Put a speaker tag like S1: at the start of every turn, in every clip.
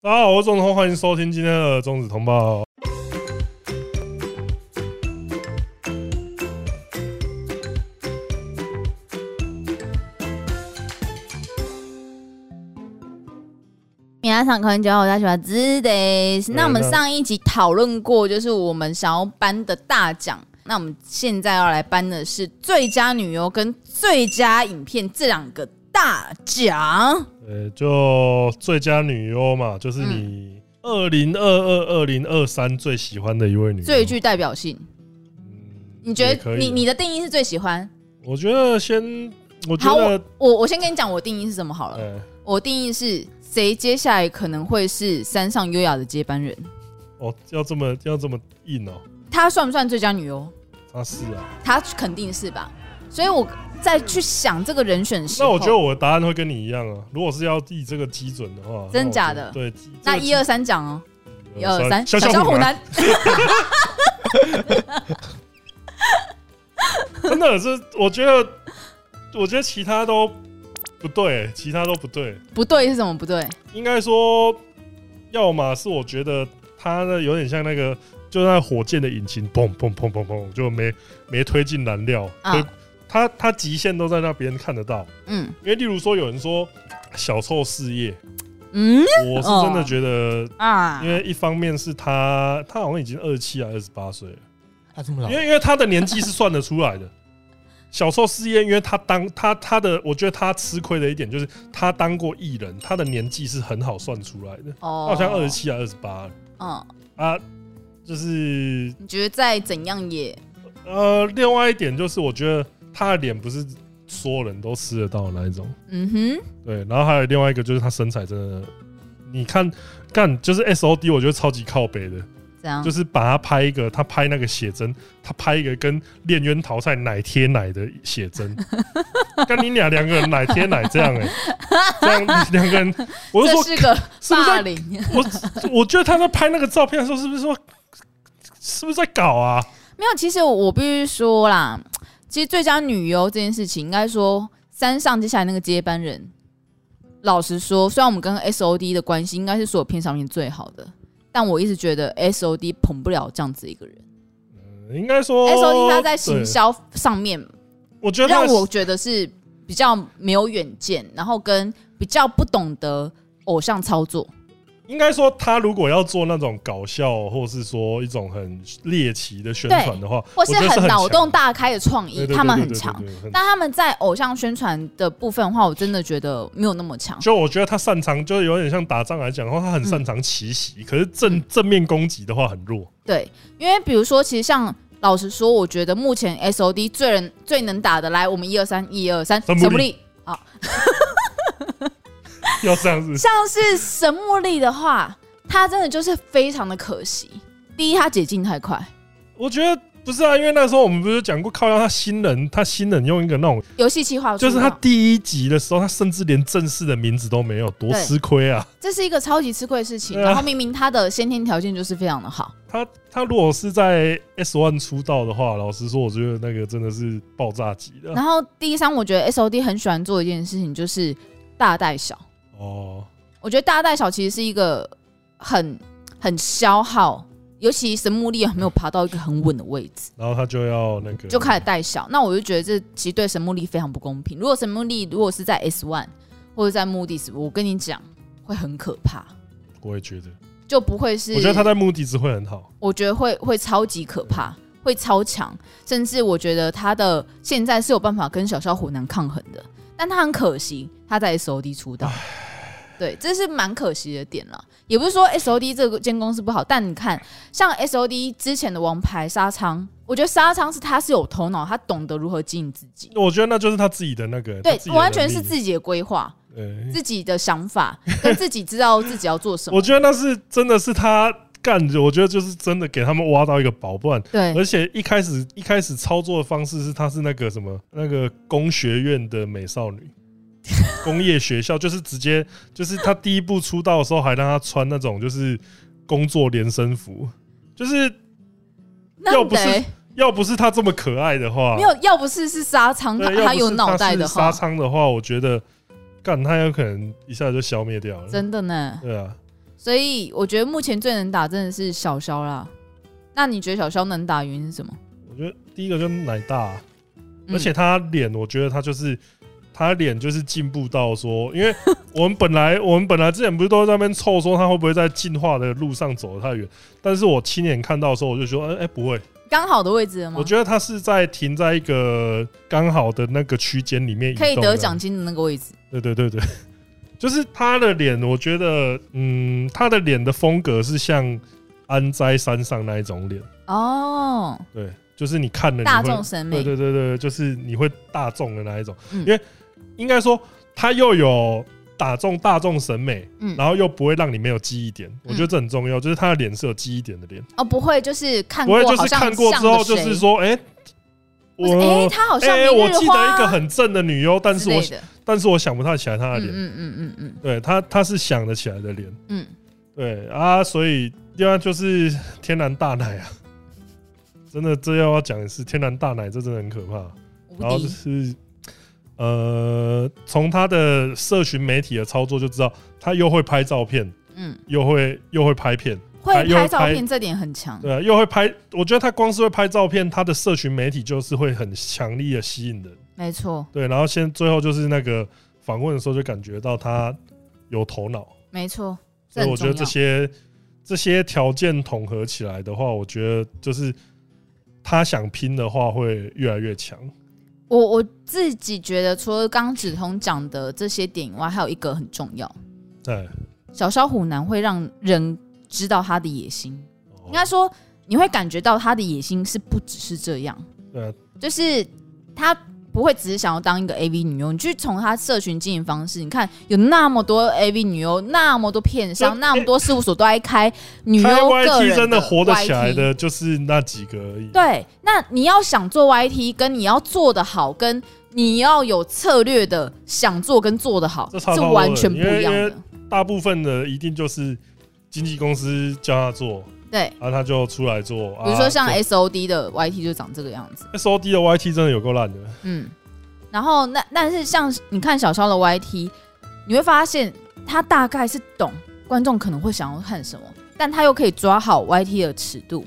S1: 大家好，我是钟子通，欢迎收听今天的中子通报。
S2: 皆さんこんにちは，我大喜欢 z d s 那我们上一集讨论过，就是我们想要颁的大奖。那我们现在要来颁的是最佳女优跟最佳影片这两个大奖。
S1: 呃，就最佳女优嘛，就是
S2: 嗯
S1: 你二零二二、二零二三最喜欢的一位女优。
S2: 最具代表性，
S1: 嗯
S2: 你觉
S1: 也可
S2: 得
S1: 以
S2: 你
S1: 啊
S2: 你的定义是最喜欢？
S1: 我觉得先，我觉
S2: 好，
S1: 得
S2: 我，我我先跟你讲我定义是什么好了。
S1: 呃，
S2: 我定义是谁接下来可能会是山上优雅的接班人，
S1: 哦，要这么要这么硬哦，
S2: 她算不算最佳女优？
S1: 她是啊。
S2: 她肯定是吧。所以我在去想这个人选的时
S1: 那
S2: 候，
S1: 我觉得我的答案会跟你一样啊。如果是要以这个基准的话，
S2: 真
S1: 那我
S2: 假
S1: 觉得
S2: 的
S1: 对，基
S2: 那
S1: 这个
S2: 一二三讲哦，
S1: 基呃
S2: 一二三，
S1: 小
S2: 小
S1: 虎
S2: 虎
S1: 男，
S2: 男，
S1: 真的是，我觉得，我觉得其他都不对，其他都不对。
S2: 不对是什么不对？
S1: 应该说，要么是我觉得它呢有点像那个，就那火箭的引擎砰砰砰砰砰，就没没推进燃料，
S2: 啊
S1: 推它它极限都在那边看得到。
S2: 嗯
S1: 因为例如说有人说小臭事业，
S2: 嗯
S1: 我是真的觉得，
S2: 啊
S1: 因，为一方面是他他好像已经二七啊二十八岁了，
S3: 他啊这么老
S1: 因，为因为他的年纪是算得出来的。小受事业，因为他当他他的，我觉得他吃亏的一点就是他当过艺人，他的年纪是很好算出来的。
S2: 哦
S1: 好像二十。七啊，二十八
S2: 嗯，
S1: 啊，就是
S2: 你觉得再怎样也
S1: 呃，另外一点就是，我觉得他的脸不是所有人都吃得到的那一种，
S2: 嗯哼，
S1: 对。然后还有另外一个就是他身材真的，你看干就是 S O D，我觉得超级靠北的，
S2: 这样
S1: 就是把他拍一个，他拍那个写真，他拍一个跟练冤淘汰奶贴奶的写真， 跟你俩两个人奶贴奶这样哎、这样两个人，我就
S2: 这
S1: 说
S2: 是个
S1: 是不是在
S2: 霸凌。
S1: 我我觉得他在拍那个照片的时候，是不是说是不是在搞啊？
S2: 没有，其实我必须说啦，其实最佳女优这件事情，应该说山上接下来那个接班人，老实说，虽然我们跟 S O D 的关系应该是所有片上面最好的，但我一直觉得 S O D 捧不了这样子一个人。
S1: 应该说
S2: S O D 哎他在行
S1: 哦对
S2: 销上面
S1: 我觉得他
S2: 让我觉得是比较没有远见，然后跟比较不懂得偶像操作。
S1: 应该说，他如果要做那种搞笑，或是说一种很猎奇的宣传的话，
S2: 或
S1: 我觉得是
S2: 很脑洞
S1: 强的，
S2: 大开的创意
S1: 对，对
S2: 他们
S1: 对
S2: 很
S1: 对对
S2: 强
S1: 对。对很
S2: 但他们在偶像宣传的部分的话，我真的觉得没有那么强。
S1: 就我觉得他擅长，就是有点像打仗来讲的话，他
S2: 嗯
S1: 很擅长奇袭，可是正正面攻击的话很弱。
S2: 对，因为比如说，其实像老实说，我觉得目前 S O D 最能最能打的，来，我们一二三，一二三，
S1: 神木
S2: 神木
S1: 力
S2: 力。好，
S1: 要这样子，
S2: 像是神木力的话，他真的就是非常的可惜。第一，他解禁太快，
S1: 我觉得不是啊，因为那时候我们不是讲过，靠要他新人，他新人用一个那种，
S2: 游戏企划
S1: 就是
S2: 出
S1: 他
S2: 道
S1: 第一集的时候，他甚至连正式的名字都没有，多
S2: 对
S1: 吃亏啊！
S2: 这是一个超级吃亏的事情。
S1: 对啊
S2: 然后明明他的先天条件就是非常的好，
S1: 他他如果是在 S One 出道的话，老实说，我觉得那个真的是爆炸级的
S2: 然后第三，我觉得 S O D 很喜欢做一件事情，就是大带小。
S1: 哦。
S2: 我觉得大带小其实是一个很很消耗，尤其神木力还没有爬到一个很稳的位置，
S1: 然后他就要那个
S2: 就开始带小。那我就觉得这其实对神木力非常不公平。如果神木力如果是在 S One 或者在目的 s 我跟你讲会很可怕，
S1: 我也觉得，
S2: 就不会是
S1: 我觉得他在目的值会很好。
S2: 我觉得会会超级可怕，
S1: 嗯
S2: 会超强，甚至我觉得他的现在是有办法跟小小虎男抗衡的，但他很可惜，他在 S O D 出道，对，这是蛮可惜的点了。也不是说 S O D 这个间公司不好，但你看，像 S O D 之前的王牌沙仓，我觉得沙仓是他是有头脑，他懂得如何经营自己，
S1: 我觉得那就是他自己的那个，
S2: 对
S1: 他自己，的
S2: 完全是
S1: 能力
S2: 自己的规划、
S1: 对
S2: 自己的想法，跟自己知道自己要做什么
S1: 我。觉得那是真的是他干的，我觉得就是真的给他们挖到一个宝，不然。
S2: 对，
S1: 而且一开始一开始操作的方式是，她是那个什么那个工学院的美少 女，工业学校就是直接就是她第一部出道的时候还让她穿那种就是工作连身服，就是
S2: 那
S1: 要不是
S2: 得
S1: 要不是她这么可爱的话，
S2: 没有，要不是是沙仓，他
S1: 对，要
S2: 他
S1: 不
S2: 有
S1: 是
S2: 脑袋
S1: 是
S2: 的
S1: 杀
S2: 话，
S1: 仓的话，我觉得干他有可能一下就消灭掉了。
S2: 真的呢。
S1: 对啊，
S2: 所以我觉得目前最能打真的是小肖啦。那你觉得小肖能打原因是什么？
S1: 我觉得第一个就是奶大啊、
S2: 嗯
S1: 而且他脸，我觉得他就是他脸就是进步到说，因为我们本来我们本来之前不是都在那边凑说他会不会在进化的路上走得太远，但是我亲眼看到的时候，我就说，哎、哎、不会，
S2: 刚好的位置了吗？
S1: 我觉得他是在停在一个刚好的那个区间里面移动
S2: 可以得
S1: 的
S2: 奖金的那个位置。
S1: 对对对对， 就是他的脸，我觉得，嗯，他的脸的风格是像安斋山上那一种脸，
S2: 哦，
S1: 对，就是你看了你
S2: 大
S1: 会
S2: 众，审美，
S1: 啊对对对对，就是你会大众的那一种，
S2: 嗯
S1: 因为应该说他又有打中大众审美，
S2: 嗯
S1: 然后又不会让你没有记忆点，我觉得这很重要，就是他的脸是有记忆点的脸，
S2: 哦，不会，就是看
S1: 不
S2: 过，
S1: 会就
S2: 好
S1: 是
S2: 像
S1: 看过之后就是说，哎、
S2: 像个谁，哎、
S1: 我。
S2: 他好
S1: 哎、
S2: 像明日花、
S1: 我记得一个很正的女优，但是我
S2: 之类的
S1: 但是我想不太起来她的
S2: 嗯
S1: 脸，
S2: 嗯嗯嗯嗯
S1: 对他，他是想得起来的脸，
S2: 嗯，
S1: 对啊，所以另外就是天然大奶啊，真的这要要讲的是天然大奶，这真的很可怕。然
S2: 嗯无
S1: 后就
S2: 敌，
S1: 是呃，从他的社群媒体的操作就知道，他又会拍照片，
S2: 嗯，
S1: 又会又会拍片，
S2: 会
S1: 又
S2: 拍照
S1: 拍
S2: 片这点很强，
S1: 对啊、又会拍。我觉得他光是会拍照片，他的社群媒体就是会很强力的吸引人。
S2: 没错，
S1: 对，然后先最后就是那个访问的时候，就感觉到他有头脑。
S2: 没错，
S1: 所以我觉得
S2: 很重
S1: 这
S2: 要
S1: 些这些条件统合起来的话，我觉得就是他想拼的话会越来越强。
S2: 我我自己觉得，除了刚子彤讲的这些点以外，还有一个很重要，
S1: 对，
S2: 小肖虎男会让人知道他的野心，
S1: 哦
S2: 应该说你会感觉到他的野心是不只是这样，
S1: 对啊
S2: 就是他不会只是想要当一个 AV 女优，你去从他社群经营方式，你看有那么多 AV 女优，那么多片商，
S1: 就
S2: 那么多事务所都在开女优
S1: 哎开
S2: 个
S1: YT
S2: 人
S1: 真的活得起来
S2: YT。
S1: 的就是那几个而已。
S2: 对，那你要想做 YT，跟你要做的好，跟你要有策略的想做跟做的好
S1: 这差
S2: 是
S1: 不多
S2: 完全不
S1: 因为
S2: 一样
S1: 因
S2: 的
S1: 为。大部分的一定就是经纪公司叫他做，
S2: 对，
S1: 然后他就出来做。
S2: 比如说像
S1: 啊
S2: SOD 的 YT 就长这个样子，
S1: S O D 的 Y T 真的有够烂的，
S2: 嗯。然后那但是像你看小肖的 YT，你会发现他大概是懂观众可能会想要看什么，但他又可以抓好 YT 的尺度，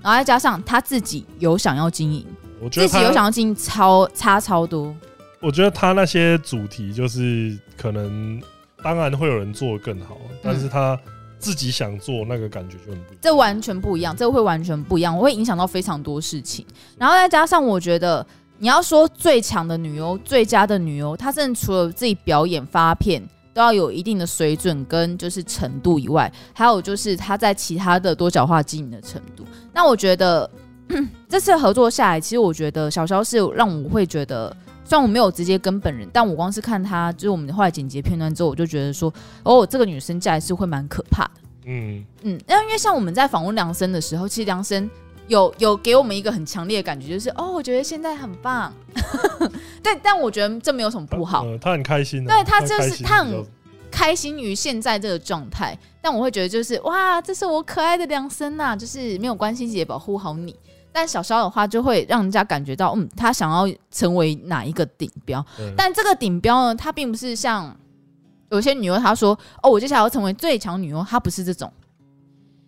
S2: 然后再加上他自己有想要经营，
S1: 我觉
S2: 自
S1: 得
S2: 己有
S1: 他，
S2: 想要经营超差超多，
S1: 我觉得他那些主题就是可能，当然会有人做的更好，但是他自己想做那个感觉就很不一样。
S2: 嗯这完全不一样，这会完全不一样，我会影响到非常多事情。然后再加上，我觉得你要说最强的女优、最佳的女优，她真的除了自己表演发片都要有一定的水准跟就是程度以外，还有就是她在其他的多角化经营的程度。那我觉得 这次合作下来，其实我觉得小肖是让我会觉得。虽然我没有直接跟本人，但我光是看她，就是我们后来剪辑片段之后，我就觉得说，哦，这个女生还是会蛮可怕的。
S1: 嗯，
S2: 嗯，那因为像我们在访问梁生的时候，其实梁生有有给我们一个很强烈的感觉，就是哦，我觉得现在很棒。 对，但我觉得这没有什么不好，
S1: 呃他很开心、啊，
S2: 对他就
S1: 开
S2: 是
S1: 心
S2: 他很
S1: 比较
S2: 开心于现在这个状态。但我会觉得就是哇，这是我可爱的梁生呐、就是没有关系，姐姐保护好你。但小肖的话，就会让人家感觉到，嗯，他想要成为哪一个顶标。
S1: 对
S2: 但这个顶标呢，它并不是像有些女优，她说哦，我接下来要成为最强女优，她不是这种，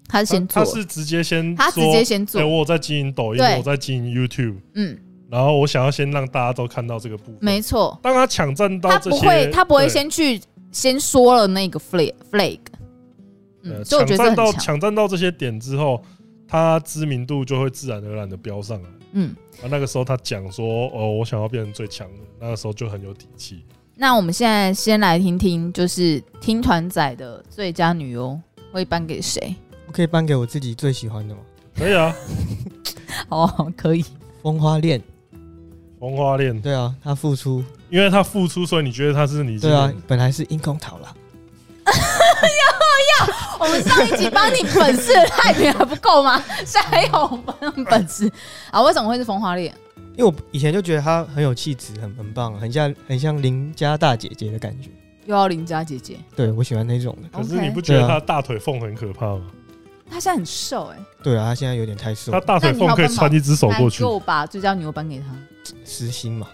S2: 她是先做
S1: 他，他是直接先
S2: 她直
S1: 说
S2: 接先做
S1: 哎，我有在经营抖音，
S2: 对
S1: 我在经营 YouTube，
S2: 嗯，
S1: 然后我想要先让大家都看到这个部分。
S2: 没错，
S1: 当他抢占到
S2: 他
S1: 这
S2: 不
S1: 些，
S2: 会，他不会
S1: 对
S2: 先去先说了那个 flag flag，嗯，
S1: 呃
S2: 所以我
S1: 抢
S2: 觉得
S1: 占
S2: 这
S1: 到
S2: 很强，
S1: 抢占到这些点之后，他知名度就会自然而然的飙上来。
S2: 嗯。
S1: 啊，那个时候他讲说，哦，我想要变成最强的，那个时候就很有底气。
S2: 那我们现在先来听听，就是听团仔的最佳女优会颁给谁？
S3: 我可以颁给我自己最喜欢的吗？
S1: 可以 啊，
S2: 哦，可以，
S3: 风花恋，
S1: 红花恋，
S3: 对啊，他付出，
S1: 因为他付出，所以你觉得他是你
S3: 对啊，本来是硬空逃啦，
S2: 我们上一集帮你粉饰的太平还不够吗？现在还有我们本事啊？为什么会是风花恋？
S3: 因为我以前就觉得她很有气质，很很棒，啊很像很像邻家大姐姐的感觉。
S2: 又要邻家姐姐
S3: 对我喜欢那种的。
S1: 可是你
S2: OK
S1: 不觉得
S3: 对
S1: 他
S3: 啊
S1: 大腿缝很可怕吗？
S2: 她现在很瘦哎、
S3: 对啊，她现在有点太瘦
S1: 他，大腿缝可以穿一只手
S2: 来
S1: 过去
S2: 给。我把最佳女优颁给她。
S3: 失心嘛，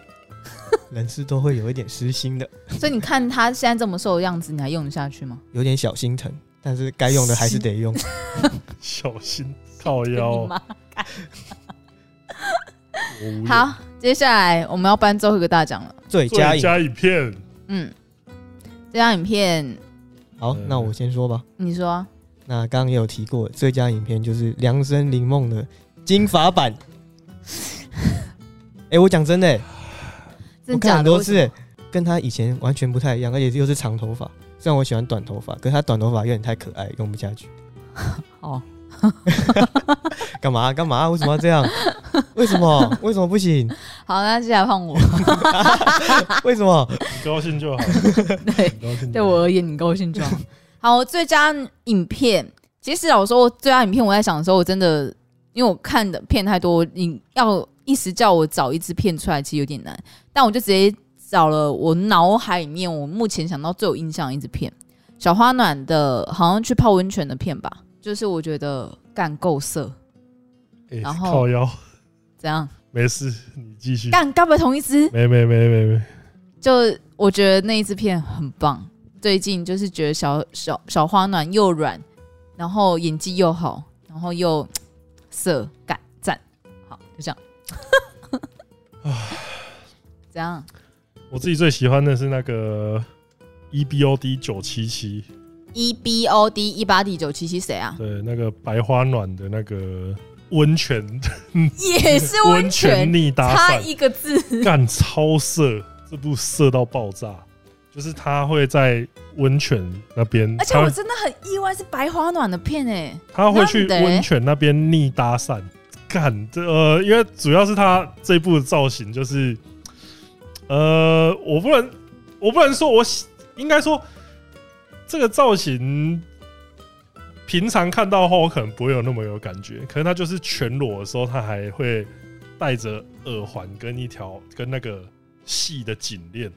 S3: 人是都会有一点失心的，
S2: 所以你看她现在这么瘦的样子，你还用得下去吗？
S3: 有点小心疼。但是该用的还是得用。
S1: 小心靠腰
S2: 你，妈
S1: 我无语
S2: 好，接下来我们要颁最后一个大奖了。
S3: 最佳
S1: 最
S3: 影，
S1: 佳影片，
S2: 嗯，这张影片
S3: 好，
S1: 嗯
S3: 那我先说吧。
S2: 你说啊
S3: 那刚刚也有提过，最佳影片就是梁生林梦的金发版。 哎、我讲真的、欸，我
S2: 真
S3: 看
S2: 假
S3: 很
S2: 的？
S3: 多
S2: 为什
S3: 次、欸，跟他以前完全不太一样，而且又是长头发。虽然我喜欢短头发，可是他短头发有点太可爱，用不下去。
S2: 么哦，
S3: 干嘛干嘛？为什么要 这样？为什么？为什么不行？
S2: 好，那接下来换我。
S3: 为什么？
S1: 你高兴 就好，
S2: 对，
S1: 你高兴
S2: 对
S1: 就好。
S2: 我而言，你高兴就好。 好，最佳影片，其实老实说，我最佳影片我在想的时候，我真的因为我看的片太多，你要一时叫我找一支片出来，其实有点难。但我就直接找了我脑海里面我目前想到最有印象的一支片，小花暖的，好像去泡温泉的片吧，就是我觉得干够色，
S1: 哎
S2: 然后
S1: 靠腰
S2: 怎样？
S1: 没事，你继续。
S2: 干该不会同一支？
S1: 没没没没没，
S2: 就我觉得那一支片很棒，最近就是觉得小小小花暖又软，然后演技又好，然后又色感赞，好就这样。 怎样？
S1: 我自己最喜欢的是那个 E B O D 九七七，
S2: E B O D 一八 D 九七七谁 啊？
S1: 对，那个白花暖的那个温泉
S2: 也是温泉，
S1: 逆搭
S2: 差
S1: 讪，
S2: 一个字。
S1: 干超色，这部色到爆炸，就是他会在温泉那边，
S2: 而且我
S1: 他
S2: 真的很意外，是白花暖的片哎、
S1: 他会去
S2: 难得欸
S1: 温泉那边逆搭讪，干这呃，因为主要是他这部的造型就是，呃，我不能我不能说我喜应该说这个造型。平常看到的话，我可能不会有那么有感觉。可是他就是全裸的时候，他还会戴着耳环跟一条跟那个细的颈链，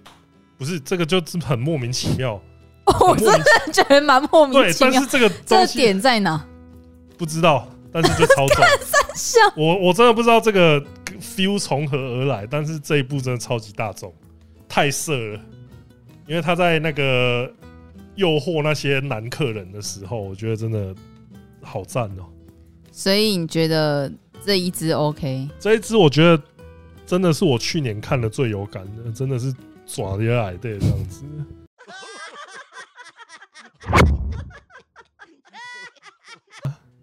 S1: 不是这个就是很莫名其妙。
S2: 我
S1: 很莫
S2: 真
S1: 名
S2: 的觉得蛮莫名
S1: 对，
S2: 其
S1: 但
S2: 妙
S1: 是。这个
S2: 这
S1: 东西
S2: 点在哪？
S1: 不知道，但是就超重。
S2: 像
S1: 我我真的不知道这个 feel 从何而来，但是这一部真的超级大众，太色了。因为他在那个诱惑那些男客人的时候，我觉得真的好赞哦、
S2: 所以你觉得这一支 OK？
S1: 这一支我觉得真的是我去年看的最有感的，真的是爪的矮对这样子。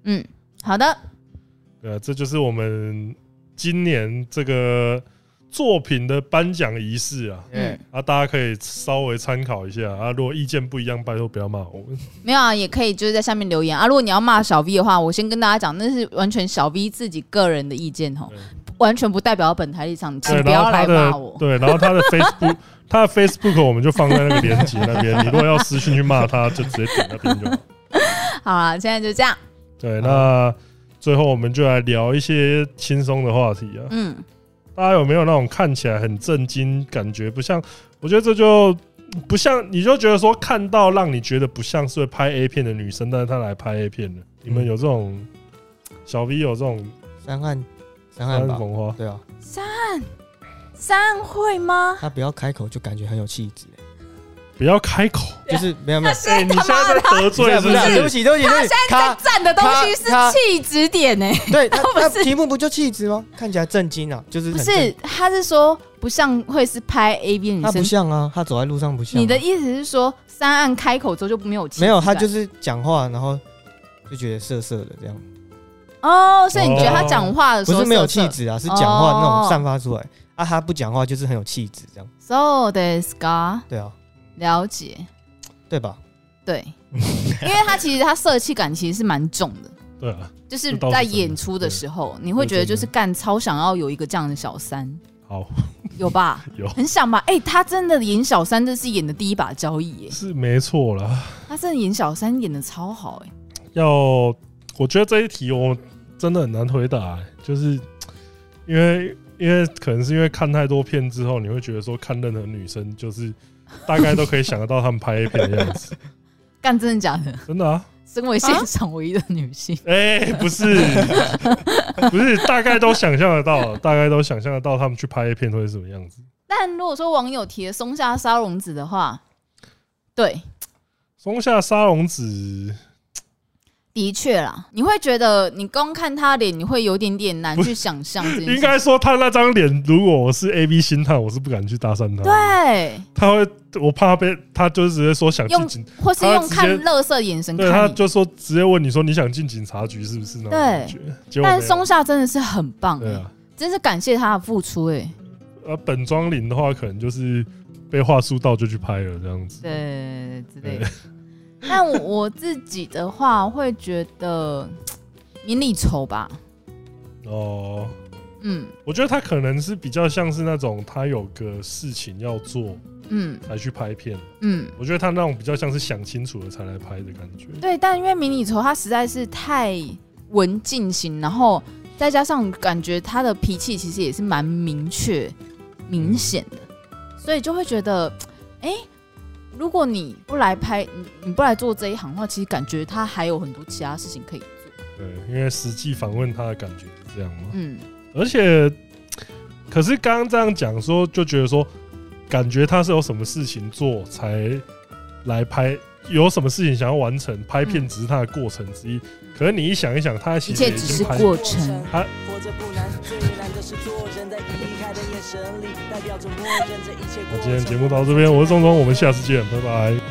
S2: 嗯，好的。
S1: 呃，这就是我们今年这个作品的颁奖仪式啊。
S2: 嗯，
S1: 啊，大家可以稍微参考一下啊。如果意见不一样，拜托不要骂我们。
S2: 没有啊，也可以就是在下面留言啊。如果你要骂小 V 的话，我先跟大家讲，那是完全小 V 自己个人的意见吼
S1: 对，
S2: 完全不代表本台立场，请
S1: 对，
S2: 不
S1: 然
S2: 要
S1: 后他
S2: 来骂
S1: 的
S2: 我。
S1: 对，然后他的 Facebook，他的 Facebook 我们就放在那个链接那边。你如果要私信去骂他，就直接点那边就好。
S2: 好啦，现在就这样。
S1: 对，那最后我们就来聊一些轻松的话题啊。
S2: 嗯，
S1: 大家有没有那种看起来很震惊，感觉不像？我觉得这就不像，你就觉得说看到让你觉得不像是会拍 A 片的女生，但是她来拍 A 片的。你
S2: 嗯
S1: 们有这种小 V 有这种
S3: 三汉，三
S1: 三
S3: 汉吧，
S1: 红花？
S3: 对啊，
S2: 三会吗？
S3: 他不要开口就感觉很有气质、欸
S1: 不要开口。
S2: 啊
S3: 就是没有没有，
S1: 哎、你现在在得罪
S3: 不
S1: 是
S3: 是啊
S1: 不
S3: 不是，对
S1: 是？
S3: 不起对不起，对不起，他
S2: 站的东西是
S3: 他他
S2: 气质点欸呢、
S3: 对 他
S2: 不是
S3: 他题目不就气质吗？看起来震惊啊，就是
S2: 不
S3: 很
S2: 是，他是说不像会是拍 A B
S3: 他
S2: 女
S3: 不
S2: 生。
S3: 像啊，他走在路上不像啊、
S2: 你的意思是说，三案开口之后就没有气质啊
S3: 没有，他
S2: 感
S3: 就是讲话，然后就觉得涩涩的这样，
S2: 哦，所以你觉得他讲话的时
S3: 不
S2: 候
S3: 是没有
S2: 色
S3: 气
S2: 色
S3: 质啊，是讲话那
S2: 哦
S3: 种散发出来啊。他不讲话就是很有气质这样，
S2: ？So this guy
S3: 对啊，
S2: 了解。
S3: 对吧？
S2: 对，因为他其实他色气感其实是蛮重的，
S1: 对啊，
S2: 就是在演出的时候，你会觉得就是干超想要有一个这样的小三，
S1: 好，
S2: 有吧？
S1: 有
S2: 很想吧？哎、他真的演小三，这是演的第一把交易耶、
S1: 是没错啦。
S2: 他真的演小三演的超好哎、
S1: 要，我觉得这一题我真的很难回答、欸就是因为因为可能是因为看太多片之后，你会觉得说看任何女生就是大概都可以想得到他们拍 A 片的样子，
S2: 干真的假 的？
S1: 真的啊？
S2: 身为现场唯一的女性，
S1: 哎、不是不是，大概都想象得到，大概都想象得到他们去拍 A 片会是什么样子。
S2: 但如果说网友提的松下沙龙子的话，对，嗯
S1: 松下沙龙子
S2: 的确啦，你会觉得你光看他脸，你会有点点难去想象这件
S1: 应
S2: 事。
S1: 该说他那张脸，如果我是 A B 星探，我是不敢去搭讪他。，
S2: 对，
S1: 他会，我怕被他就直接说想进
S2: 用
S1: 警，
S2: 或是
S1: 他
S2: 用
S1: 直
S2: 看
S1: 接
S2: 乐色眼神
S1: 对，他
S2: 看你。
S1: 就说直接问你说你想进警察局是不是那种感觉？结果没
S2: 但
S1: 有
S2: 松下真的是很棒、
S1: 对
S2: 欸，
S1: 啊，
S2: 真是感谢他的付出、欸，
S1: 呃，本庄林的话可能就是被话术到就去拍了这样子。
S2: 对之类的。但我我自己的话，会觉得嗯明里丑吧，
S1: 哦，
S2: 嗯
S1: 我觉得他可能是比较像是那种他有个事情要做
S2: 嗯
S1: 才去拍片，
S2: 嗯，
S1: 我觉得他那种比较像是想清楚了才来拍的感觉。
S2: 对。但因为明里丑他实在是太文静型，然后再加上感觉他的脾气其实也是蛮明确、明显的，所以就会觉得，哎、如果你不来拍，你你不来做这一行的话，其实感觉他还有很多其他事情可以做。
S1: 对，因为实际访问他的感觉是这样嘛。
S2: 嗯，
S1: 而且，可是刚刚这样讲说，就觉得说，感觉他是有什么事情做才来拍，有什么事情想要完成，拍片
S2: 嗯
S1: 只是他的过程之一。可是你一想一想，他
S2: 一
S1: 其实
S2: 切
S1: 已
S2: 只
S1: 经
S2: 是
S1: 拍
S2: 过程。
S1: 他
S4: 活着不难，最难的是做人，在遗憾的眼神里，代表着默认这一切
S1: 那
S4: 过
S1: 今天
S4: 程
S1: 节目到这边，我是钟钟，我们下次见，拜拜。